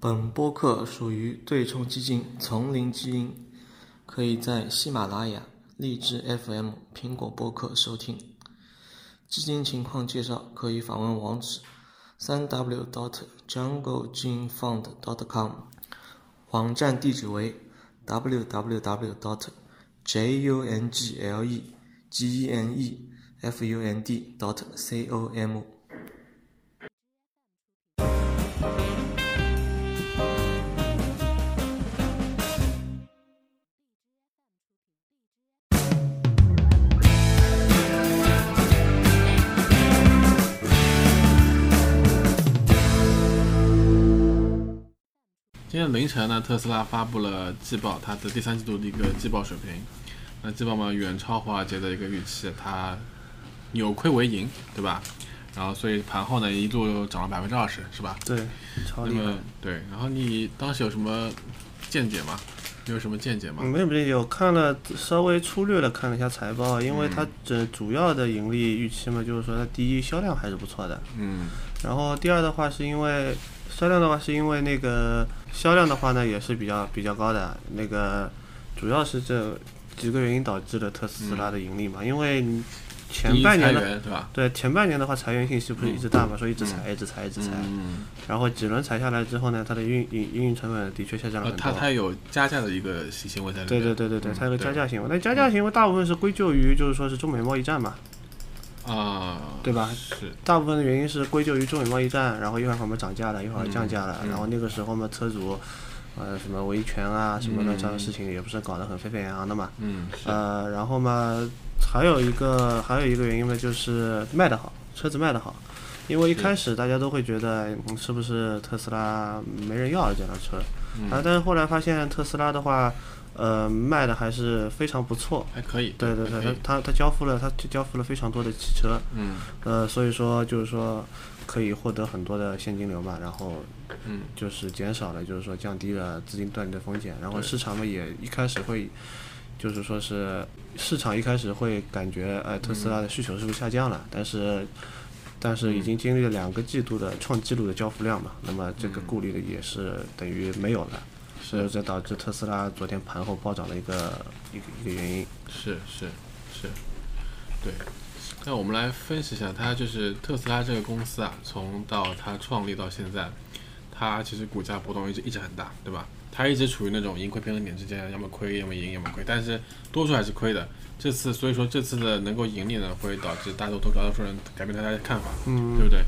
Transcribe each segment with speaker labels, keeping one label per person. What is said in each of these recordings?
Speaker 1: 本播客属于对冲基金“丛林基因”，可以在喜马拉雅、荔枝 FM、苹果播客收听。基金情况介绍可以访问网址：三 w dot jungle gene fund dot com，网站地址为 www dot j u n g l e g e n e f u n d dot c o m。
Speaker 2: 今天凌晨呢，特斯拉发布了季报，它的第三季度的一个季报水平。那季报嘛，远超华尔街的一个预期，它扭亏为盈，对吧？然后所以盘后呢一度涨了百分之二十，是吧？
Speaker 3: 对，
Speaker 2: 那
Speaker 3: 超哦厉害
Speaker 2: 么。对，然后你当时有什么见解吗？你有什么见解吗？
Speaker 3: 没有没有，我看了稍微粗略的看了一下财报，啊因为它这
Speaker 2: 嗯
Speaker 3: 主要的盈利预期嘛，就是说它第一销量还是不错的，
Speaker 2: 嗯
Speaker 3: 然后第二的话是因为销量的话是因为那个销量的话呢也是比较比较高的，那个主要是这几个原因导致了特斯拉的盈利嘛，因为前
Speaker 2: 嗯第一
Speaker 3: 半年
Speaker 2: 裁
Speaker 3: 的
Speaker 2: 员对吧？
Speaker 3: 对前半年的话裁员信息不是一直大嘛，说一直裁一直裁一直裁，
Speaker 2: 嗯，
Speaker 3: 然后几轮裁下来之后呢，它的运营运营成本的确下降了
Speaker 2: 呃，
Speaker 3: 很多。
Speaker 2: 它它有加价的一个行行为在里
Speaker 3: 对
Speaker 2: 面。
Speaker 3: 对对对对，
Speaker 2: 嗯
Speaker 3: 它有个
Speaker 2: 对
Speaker 3: 加价行为，那加价行为大部分是归咎于就是说是中美贸易战嘛，
Speaker 2: 啊，
Speaker 3: 对吧
Speaker 2: 是，
Speaker 3: 大部分的原因是归咎于中美贸易战，然后一会儿我们涨价了，一会儿降价了，
Speaker 2: 嗯嗯
Speaker 3: 然后那个时候嘛，车主，呃，什么维权啊，什么乱七八糟的事情也不是搞得很沸沸扬扬的嘛，
Speaker 2: 嗯是，
Speaker 3: 呃，然后嘛，还有一个还有一个原因嘛，就是卖得好，车子卖得好。因为一开始大家都会觉得，嗯，是不是特斯拉没人要了这辆车？
Speaker 2: 嗯
Speaker 3: 啊，但是后来发现特斯拉的话，呃，卖的还是非常不错。
Speaker 2: 还可以。
Speaker 3: 对对
Speaker 2: 还可
Speaker 3: 对，他
Speaker 2: 以
Speaker 3: 他他交付了，他交付了非常多的汽车，
Speaker 2: 嗯
Speaker 3: 呃，所以说就是说可以获得很多的现金流嘛，然后
Speaker 2: 嗯
Speaker 3: 就是减少了，就是说降低了资金断裂的风险，然后
Speaker 2: 对
Speaker 3: 市场嘛也一开始会，就是说是市场一开始会感觉，呃，特斯拉
Speaker 2: 嗯
Speaker 3: 的需求是不是下降了？但是但是已经经历了两个季度的创纪录的交付量嘛，那么这个
Speaker 2: 嗯
Speaker 3: 顾虑的也是等于没有了，所以这导致特斯拉昨天盘后暴涨的一个一个一个原因。
Speaker 2: 是是是，对。那我们来分析一下，它就是特斯拉这个公司啊，从到它创立到现在，它其实股价波动一直一直很大，对吧？它一直处于那种盈亏平衡点之间，要么亏，要么盈，要么亏，但是多数还是亏的。这次所以说这次的能够盈利呢，会导致大多数大多数人改变大家的看法，
Speaker 3: 嗯
Speaker 2: 对不对？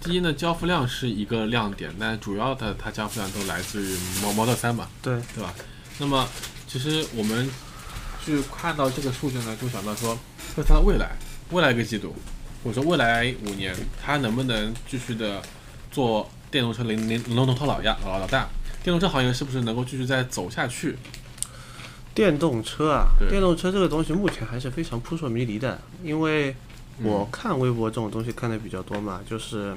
Speaker 2: 第一呢，交付量是一个亮点，但主要的它交付量都来自于 Model 三嘛，
Speaker 3: 对，
Speaker 2: 对吧？那么其实我们去看到这个数据呢，就想到说，那它的未来，未来一个季度，或者说未来五年，它能不能继续的做电动车零零龙头老大老老大？电动车行业是不是能够继续再走下去？
Speaker 3: 电动车啊，
Speaker 2: 对
Speaker 3: 电动车这个东西目前还是非常扑朔迷离的，因为我看微博这种东西看的比较多嘛，就是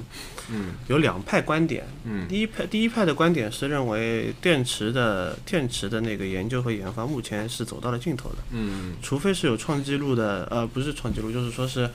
Speaker 2: 嗯
Speaker 3: 有两派观点。
Speaker 2: 嗯
Speaker 3: 第一派第一派的观点是认为电池的电池的那个研究和研发目前是走到了尽头的，
Speaker 2: 嗯
Speaker 3: 除非是有创纪录的，呃，不是创纪录，就是说是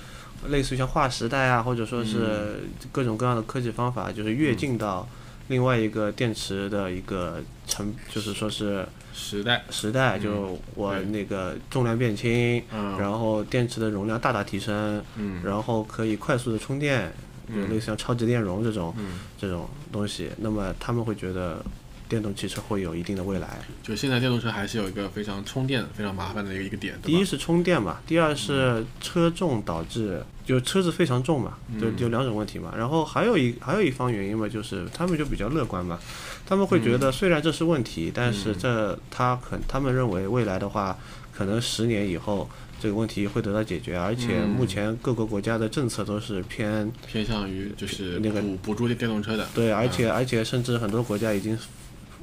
Speaker 3: 类似于像划时代啊，或者说是
Speaker 2: 嗯
Speaker 3: 各种各样的科技方法，就是跃进到另外一个电池的一个成，就是说是。
Speaker 2: 时代，
Speaker 3: 时代，就我那个重量变轻，
Speaker 2: 嗯
Speaker 3: 然后电池的容量大大提升，
Speaker 2: 嗯
Speaker 3: 然后可以快速的充电，就类似像超级电容这种
Speaker 2: 嗯，
Speaker 3: 这种东西。那么他们会觉得电动汽车会有一定的未来。
Speaker 2: 就现在电动车还是有一个非常充电非常麻烦的一个一个点，
Speaker 3: 第
Speaker 2: 对
Speaker 3: 一
Speaker 2: 吧？
Speaker 3: 是充电嘛，第二是车重导致，就车子非常重嘛，
Speaker 2: 嗯
Speaker 3: 就就两种问题嘛。然后还有一还有一方原因嘛，就是他们就比较乐观嘛，他们会
Speaker 2: 嗯
Speaker 3: 觉得虽然这是问题，但是这他可他们认为未来的话，可能十年以后这个问题会得到解决，而且
Speaker 2: 嗯
Speaker 3: 目前各个国家的政策都是偏
Speaker 2: 偏向于就是
Speaker 3: 那个
Speaker 2: 补补助电动车的，
Speaker 3: 对，而且而且甚至很多国家已经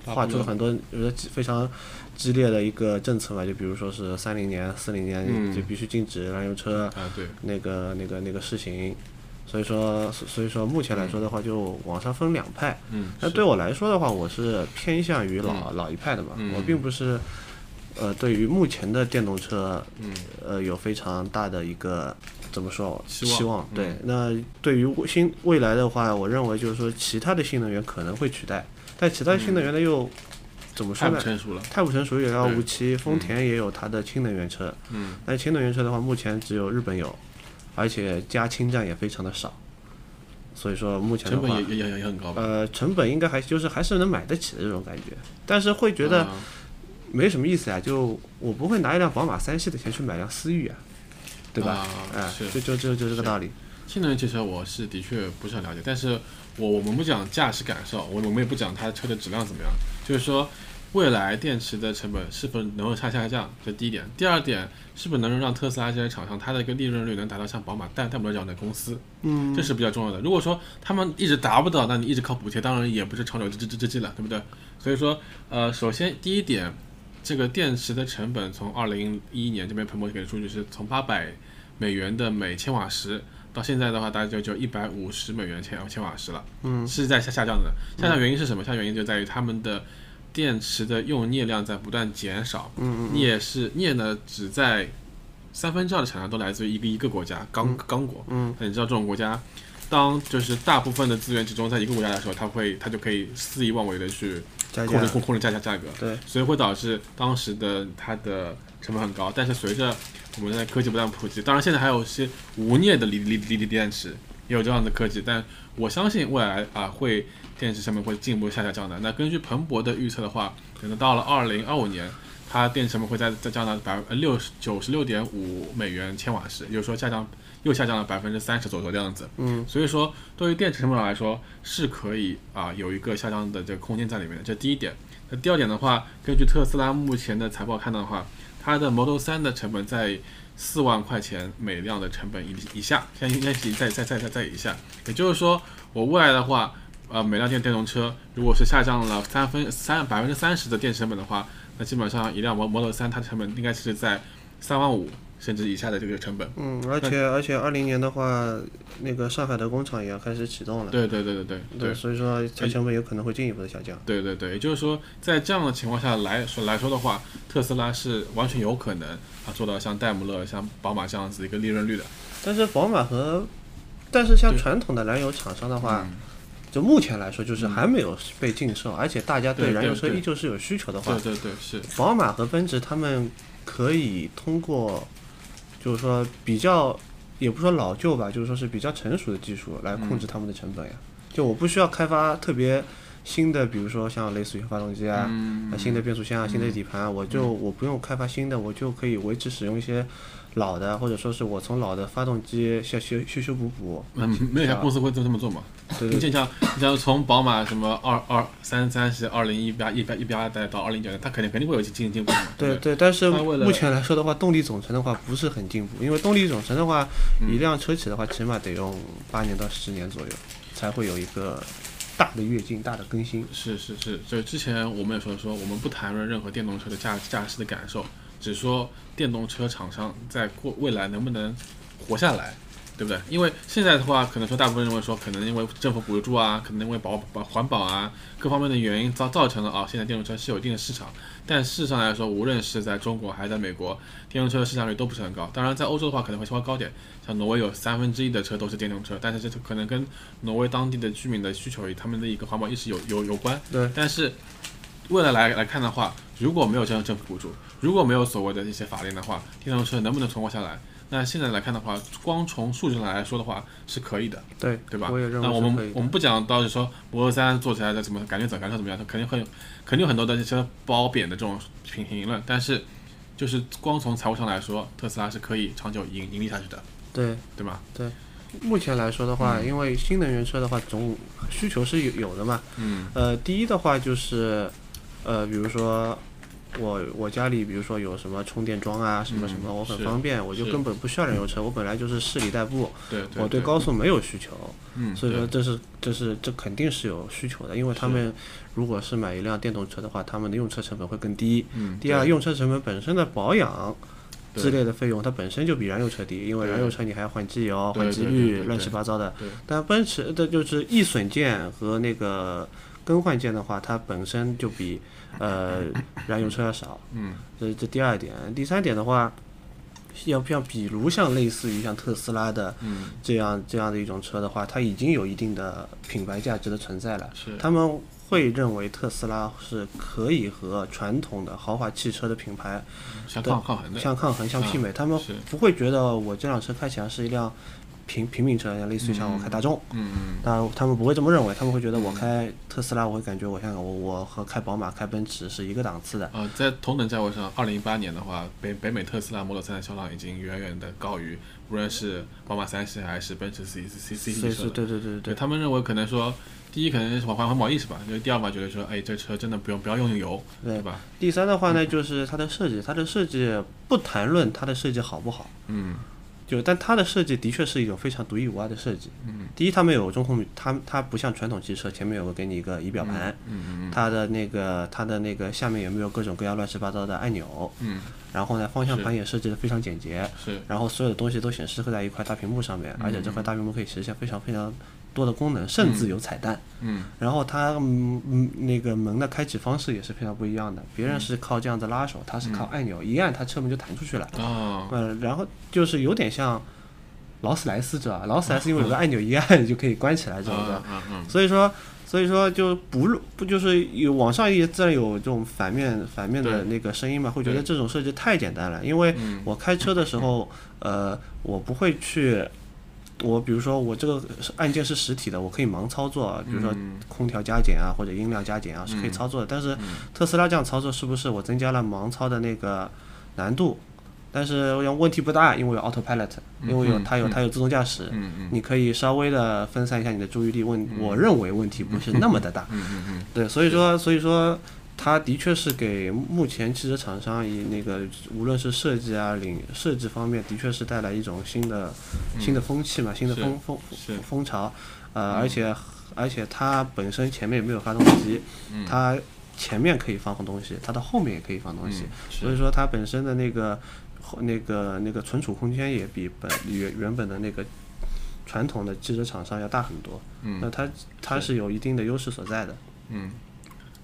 Speaker 3: 画出了很多呃非常激烈的一个政策嘛，就比如说是三零年、四零
Speaker 2: 嗯
Speaker 3: 年就必须禁止燃油车
Speaker 2: 啊对，
Speaker 3: 那个那个那个事情。所以说，所所以说目前来说的话，就网上分两派。
Speaker 2: 嗯，
Speaker 3: 那
Speaker 2: 是
Speaker 3: 对我来说的话，我是偏向于老老一派的嘛
Speaker 2: 嗯，
Speaker 3: 我并不是呃，对于目前的电动车，
Speaker 2: 嗯，
Speaker 3: 呃，有非常大的一个怎么说
Speaker 2: 希望嗯
Speaker 3: 对，那对于未新未来的话，我认为就是说，其他的新能源可能会取代，但其他新能源呢又、怎么
Speaker 2: 嗯
Speaker 3: 说
Speaker 2: 太不
Speaker 3: 呢？
Speaker 2: 成熟了。
Speaker 3: 太不成熟，有遥
Speaker 2: 对
Speaker 3: 无期。丰田也有它的氢能源车，
Speaker 2: 嗯，
Speaker 3: 但氢能源车的话，目前只有日本有，而且加氢站也非常的少，所以说目前的
Speaker 2: 成
Speaker 3: 话，
Speaker 2: 本也也也也很高吧？
Speaker 3: 呃，成本应该还就是还是能买得起的这种感觉，但是会觉得
Speaker 2: 啊
Speaker 3: 没什么意思啊，就我不会拿一辆宝马三系的钱去买辆思域啊，对吧？哎、
Speaker 2: 啊，是
Speaker 3: 就就就就这个道理。
Speaker 2: 性能源汽车我是的确不是很了解，但是我我们不讲驾驶感受，我我们也不讲它车的质量怎么样，就是说未来电池的成本是否能够下下降，这第一点。第二点，是不是能够让特斯拉这些厂商它的一个利润率能达到像宝马、戴戴姆勒这样的公司，
Speaker 3: 嗯，
Speaker 2: 这是比较重要的。如果说他们一直达不到，那你一直靠补贴，当然也不是长久之之之之计了，对不对？所以说，呃，首先第一点，这个电池的成本从二零一一年这边彭博给的数据是从八百美元的每千瓦时，到现在的话大概就就一百五十美元千千瓦时了，
Speaker 3: 嗯，
Speaker 2: 是在下下降的。下降原因是什么？下降原因就在于他们的电池的用镍量在不断减少，
Speaker 3: 嗯嗯
Speaker 2: 镍是镍呢只在三分之二的产量都来自于一个一个国家，刚刚果。
Speaker 3: 嗯，
Speaker 2: 那你知道这种国家，当就是大部分的资源集中在一个国家的时候，它会它就可以肆意妄为的去
Speaker 3: 加
Speaker 2: 控
Speaker 3: 价
Speaker 2: 制。控控制价价价格，
Speaker 3: 对，
Speaker 2: 所以会导致当时的它的成本很高。但是随着我们的科技不断普及，当然现在还有一些无镍的锂锂锂锂电池，也有这样的科技，但我相信未来啊会电池成本会进一步下下降的。那根据彭博的预测的话，可能到了二零二五年。它电池成本会再再降到百分六十九十六点五美元千瓦时，也就是说下降又下降了百分之三十左右的样子。
Speaker 3: 嗯，
Speaker 2: 所以说对于电池成本来说是可以啊、有一个下降的这个空间在里面的，这第一点。那第二点的话，根据特斯拉目前的财报看到的话，它的 Model 3的成本在四万块钱每辆的成本以以下，现在应该是在在在在在以下。也就是说，我未来的话，呃，每辆电电动车如果是下降了三分三百分之三十的电池成本的话，那基本上一辆 Model Model 3它的成本应该是在三万五甚至以下的这个成本。
Speaker 3: 嗯，而且而且二零年的话，那个上海的工厂也要开始启动了。
Speaker 2: 对对对对对对
Speaker 3: 对，。所以说它成本有可能会进一步的下降。
Speaker 2: 对对对，也就是说，在这样的情况下来说来说的话，特斯拉是完全有可能啊做到像戴姆勒、像宝马这样子一个利润率的。
Speaker 3: 但是宝马和，但是像
Speaker 2: 对嗯
Speaker 3: 传统的燃油厂商的话，就目前来说就是还没有被禁售，而且大家对
Speaker 2: 对
Speaker 3: 燃油
Speaker 2: 对
Speaker 3: 车
Speaker 2: 对
Speaker 3: 依旧是有需求的话
Speaker 2: 对，对对，是，
Speaker 3: 宝马和奔驰他们可以通过，就是说比较，也不说老旧吧，就是说是比较成熟的技术来
Speaker 2: 嗯
Speaker 3: 控制他们的成本呀。就我不需要开发特别新的，比如说像类似于发动机啊、啊新的变速箱啊、新的底盘啊，我
Speaker 2: 嗯
Speaker 3: 就我不用开发新的，我就可以维持使用一些老的，或者说是我从老的发动机下修修修补补。
Speaker 2: 嗯，没有一家公司会这么这么做嘛？
Speaker 3: 对
Speaker 2: 你就
Speaker 3: 对
Speaker 2: 像你像从宝马什么二二三三十二零一八一八一八带到二零一九年，它肯定肯定会有进进步嘛。
Speaker 3: 对
Speaker 2: 不
Speaker 3: 对，但是
Speaker 2: 它为了
Speaker 3: 目前来说的话，动力总成的话不是很进步，因为动力总成的话，
Speaker 2: 嗯
Speaker 3: 一辆车企的话，起码得用八年到十年左右，才会有一个大的跃进、大的更新。
Speaker 2: 是是是，就之前我们也说说，我们不谈论任何电动车的驾驾驶的感受，只说电动车厂商在过未来能不能活下来，对不对？因为现在的话，可能说大部分认为说，可能因为政府补助啊，可能因为保保环保啊各方面的原因造造成了啊，现在电动车是有一定的市场，但事实上来说，无论是在中国还是在美国，电动车的市场率都不是很高。当然，在欧洲的话可能会稍微高点，像挪威有三分之一的车都是电动车，但是这可能跟挪威当地的居民的需求与他们的一个环保意识有有有关。
Speaker 3: 对，
Speaker 2: 但是未来来来看的话，如果没有这样政府补助，如果没有所谓的一些法令的话，电动车能不能存活下来？那现在来看的话，光从数据上来说的话是可以的，
Speaker 3: 对
Speaker 2: 对吧？
Speaker 3: 我也认
Speaker 2: 那我
Speaker 3: 为是可
Speaker 2: 们
Speaker 3: 以
Speaker 2: 我
Speaker 3: 的。
Speaker 2: 们不讲到底说摩托三做起来的怎么感觉怎么感受怎么样，它肯定会有肯定有很多的这些褒贬的这种评评论，但是就是光从财务上来说，特斯拉是可以长久盈盈利下去的，
Speaker 3: 对，
Speaker 2: 对吗？
Speaker 3: 目前来说的话，
Speaker 2: 嗯
Speaker 3: 因为新能源车的话，总需求是有有的嘛。
Speaker 2: 嗯
Speaker 3: 呃，第一的话就是，呃，比如说。我我家里比如说有什么充电桩啊，什么什么，
Speaker 2: 嗯
Speaker 3: 我很
Speaker 2: 是
Speaker 3: 方便，我就是根本不需要燃油车，我本来就是市里代步，
Speaker 2: 对对
Speaker 3: 我对高速没有需求，
Speaker 2: 嗯，
Speaker 3: 所以
Speaker 2: 对
Speaker 3: 说这是这是这肯定是有需求的，因为他们如果是买一辆电动车的话，他们的用车成本会更低。
Speaker 2: 嗯，
Speaker 3: 第二，用车成本本身的保养
Speaker 2: 对
Speaker 3: 之类的费用，它本身就比燃油车低，因为
Speaker 2: 对
Speaker 3: 燃油车你还要换机油、
Speaker 2: 对
Speaker 3: 换机
Speaker 2: 对对对
Speaker 3: 滤，
Speaker 2: 对
Speaker 3: 乱七八糟的
Speaker 2: 对。
Speaker 3: 但奔驰的就是易损件和那个更换件的话，它本身就比呃燃油车要少，
Speaker 2: 嗯，
Speaker 3: 这这第二点。第三点的话，要像比如像类似于像特斯拉的
Speaker 2: 嗯
Speaker 3: 这样这样的一种车的话，它已经有一定的品牌价值的存在了。
Speaker 2: 是
Speaker 3: 他们会认为特斯拉是可以和传统的豪华汽车的品牌
Speaker 2: 相抗抗衡的，
Speaker 3: 相抗衡、相媲美，他们
Speaker 2: 嗯是
Speaker 3: 不会觉得我这辆车开起来是一辆平平民车，类似于像我开大众。
Speaker 2: 嗯
Speaker 3: 那他们不会这么认为，他们会觉得我开特斯拉，我会感觉我像我我和开宝马、开奔驰是一个档次的。
Speaker 2: 呃，在同等价位上，二零一八年的话，北北美特斯拉 Model 3的销量已经远远的高于无论是宝马三系还是奔驰 C C C
Speaker 3: 所
Speaker 2: C
Speaker 3: 以是
Speaker 2: 车的。
Speaker 3: 对对对
Speaker 2: 对
Speaker 3: 对对，
Speaker 2: 他们认为可能说，第一可能是环环保意识吧，就是第二嘛，觉得说，哎，这车真的不用不要用油，
Speaker 3: 对
Speaker 2: 对吧？
Speaker 3: 第三的话呢，就是它的设计，它的设计不谈论它的设计好不好，
Speaker 2: 嗯
Speaker 3: 就但它的设计的确是一种非常独一无二的设计。
Speaker 2: 嗯
Speaker 3: 第一，它没有中控，它它不像传统汽车前面有个给你一个仪表盘，
Speaker 2: 嗯嗯
Speaker 3: 它的那个它的那个下面有没有各种各样乱七八糟的按钮，
Speaker 2: 嗯，
Speaker 3: 然后呢方向
Speaker 2: 是
Speaker 3: 盘也设计的非常简洁，
Speaker 2: 是
Speaker 3: 然后所有的东西都显示在一块大屏幕上面，
Speaker 2: 嗯
Speaker 3: 而且这块大屏幕可以实现非常非常多的功能，甚至有彩蛋。
Speaker 2: 嗯
Speaker 3: 然后它嗯嗯那个门的开启方式也是非常不一样的，
Speaker 2: 嗯
Speaker 3: 别人是靠这样子拉手，它是靠按钮，一按它车门就弹出去了。
Speaker 2: 啊
Speaker 3: 嗯，然后就是有点像劳斯莱斯，知道吧？劳斯莱斯因为有个按钮一按就可以关起来，
Speaker 2: 嗯啊
Speaker 3: 这种的。
Speaker 2: 啊嗯
Speaker 3: 所以说，所以说就不入不就是有网上也自然有这种反面反面的那个声音嘛，会觉得这种设计太简单了。因为
Speaker 2: 嗯
Speaker 3: 我开车的时候，呃，我不会去，我比如说我这个按键是实体的，我可以盲操作，啊比如
Speaker 2: 嗯
Speaker 3: 说空调加减啊或者音量加减啊是可以操作的。但是特斯拉这样操作是不是我增加了盲操的那个难度？但是我想问题不大，因为有 Autopilot，因为有它有它有自动驾驶，
Speaker 2: 嗯嗯
Speaker 3: 你可以稍微的分散一下你的注意力，问我认为问题不是那么的大，
Speaker 2: 嗯嗯嗯，
Speaker 3: 对，所以说所以说它的确是给目前汽车厂商以那个无论是设计啊领设计方面，的确是带来一种新的新的风气嘛，新的风风
Speaker 2: 嗯是嗯
Speaker 3: 风潮，呃，而且而且它本身前面也没有发动机，
Speaker 2: 嗯
Speaker 3: 它前面可以放东西，它的后面也可以放东西，所以说它本身的那个后那个那个存储空间也比本原原本的那个传统的汽车厂商要大很多。嗯，那它它是有一定的优势所在的。
Speaker 2: 哦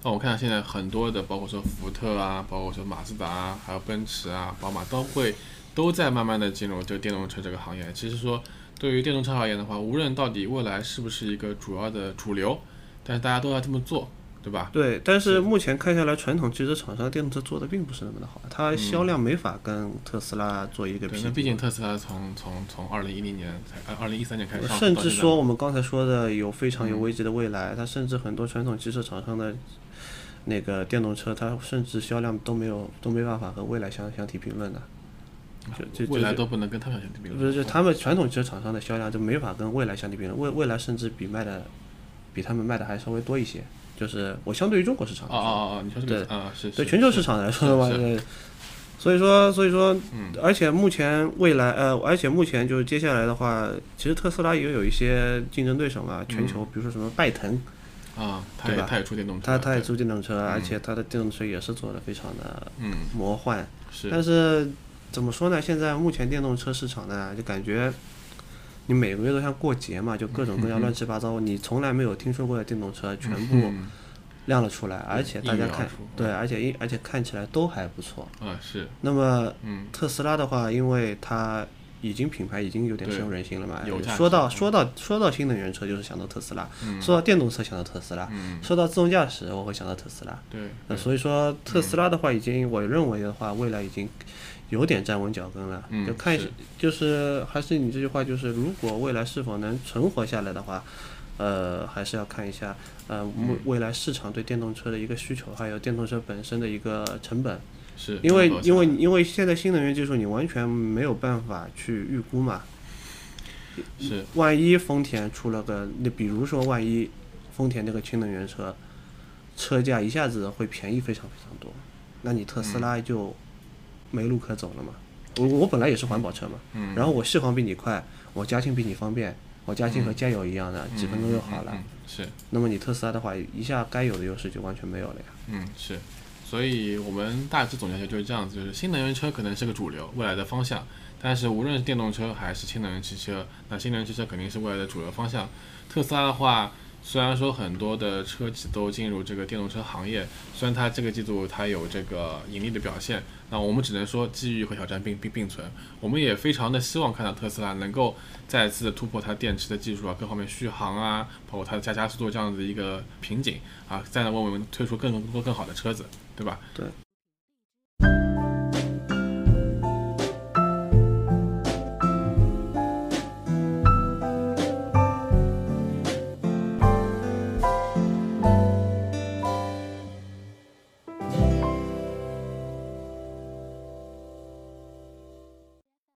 Speaker 2: 那我看现在很多的，包括说福特啊，包括说马自达啊，还有奔驰啊、宝马，都会都在慢慢的进入就电动车这个行业。其实说对于电动车而言的话，无论到底未来是不是一个主要的主流，但是大家都要这么做，对吧？
Speaker 3: 对，但是目前看下来，传统汽车厂商的电动车做的并不是那么的好，它销量没法跟特斯拉做一个
Speaker 2: 嗯对，
Speaker 3: 匹
Speaker 2: 那
Speaker 3: 敌。
Speaker 2: 毕竟特斯拉从从从二零一零年才二零一三年开始上市
Speaker 3: 甚
Speaker 2: 到
Speaker 3: 至
Speaker 2: 现在嗯
Speaker 3: 说我们刚才说的有非常有危机的未来，它甚至很多传统汽车厂商的那个电动车，它甚至销量都没有都没办法和蔚来相相提并论的。就就就
Speaker 2: 未来都不能跟他们相提并
Speaker 3: 不是，
Speaker 2: 论。
Speaker 3: 就他们传统汽车厂商的销量就没法跟蔚来相提并论，蔚蔚来甚至比卖的比他们卖的还稍微多一些。就是我相对于中国市场
Speaker 2: 哦
Speaker 3: 来说，
Speaker 2: 哦哦，你说这个啊是是
Speaker 3: 对全球市场来说的话，
Speaker 2: 是嗯是
Speaker 3: 对所以说所以说，而且目前未来呃，而且目前就是接下来的话，其实特斯拉也有一些竞争对手嘛，全
Speaker 2: 嗯
Speaker 3: 球比如说什么拜腾，
Speaker 2: 啊，他
Speaker 3: 对
Speaker 2: 也
Speaker 3: 吧
Speaker 2: 他也出电动车，
Speaker 3: 它它也
Speaker 2: 对
Speaker 3: 出电动车，而且它的电动车也是做的非常的
Speaker 2: 嗯
Speaker 3: 魔幻，
Speaker 2: 是
Speaker 3: 但是怎么说呢？现在目前电动车市场呢，就感觉你每个月都像过节嘛，就各种各样乱七八糟，你从来没有听说过的电动车全部
Speaker 2: 嗯
Speaker 3: 亮了出来，而且大
Speaker 2: 一
Speaker 3: 家
Speaker 2: 秒
Speaker 3: 看
Speaker 2: 出嗯
Speaker 3: 对，而且一而且看起来都还不错。
Speaker 2: 啊是
Speaker 3: 那么
Speaker 2: 嗯
Speaker 3: 特斯拉的话，因为它已经品牌已经有点
Speaker 2: 对
Speaker 3: 深入人心了嘛
Speaker 2: 有价。值
Speaker 3: 说到
Speaker 2: 嗯
Speaker 3: 说到说到新能源车，就是想到特斯拉；说到电动车，想到特斯拉；
Speaker 2: 嗯
Speaker 3: 说到自动驾驶，我会想到特斯拉。
Speaker 2: 对
Speaker 3: 那呃所以说，特斯拉的话，已经我认为的话，未来已经有点站稳脚跟了。
Speaker 2: 嗯
Speaker 3: 就看
Speaker 2: 是
Speaker 3: 就是还是你这句话，就是如果未来是否能存活下来的话，呃，还是要看一下呃
Speaker 2: 嗯
Speaker 3: 未未来市场对电动车的一个需求，还有电动车本身的一个成本。
Speaker 2: 是，
Speaker 3: 因为
Speaker 2: 差不多
Speaker 3: 因为因为现在新能源技术你完全没有办法去预估嘛，
Speaker 2: 是
Speaker 3: 万一丰田出了个，那比如说万一丰田那个新能源车，车价一下子会便宜非常非常多，那你特斯拉就没路可走了嘛。我我本来也是环保车嘛，
Speaker 2: 嗯
Speaker 3: 然后我续航比你快，我加氢比你方便，我加氢和加油一样的，几分钟就好了。
Speaker 2: 嗯嗯嗯是。
Speaker 3: 那么你特斯拉的话，一下该有的优势就完全没有了呀。
Speaker 2: 嗯，是，所以我们大致总结就是这样子，就是新能源车可能是个主流，未来的方向。但是无论是电动车还是新能源汽车，那新能源汽车肯定是未来的主流方向。特斯拉的话，虽然说很多的车企都进入这个电动车行业，虽然它这个季度它有这个盈利的表现，那我们只能说机遇和挑战并并并存。我们也非常的希望看到特斯拉能够再次的突破它电池的技术啊，各方面续航啊，包括它的加加速度这样的一个瓶颈啊，再来为我们推出更多更好的车子，对吧？
Speaker 3: 对，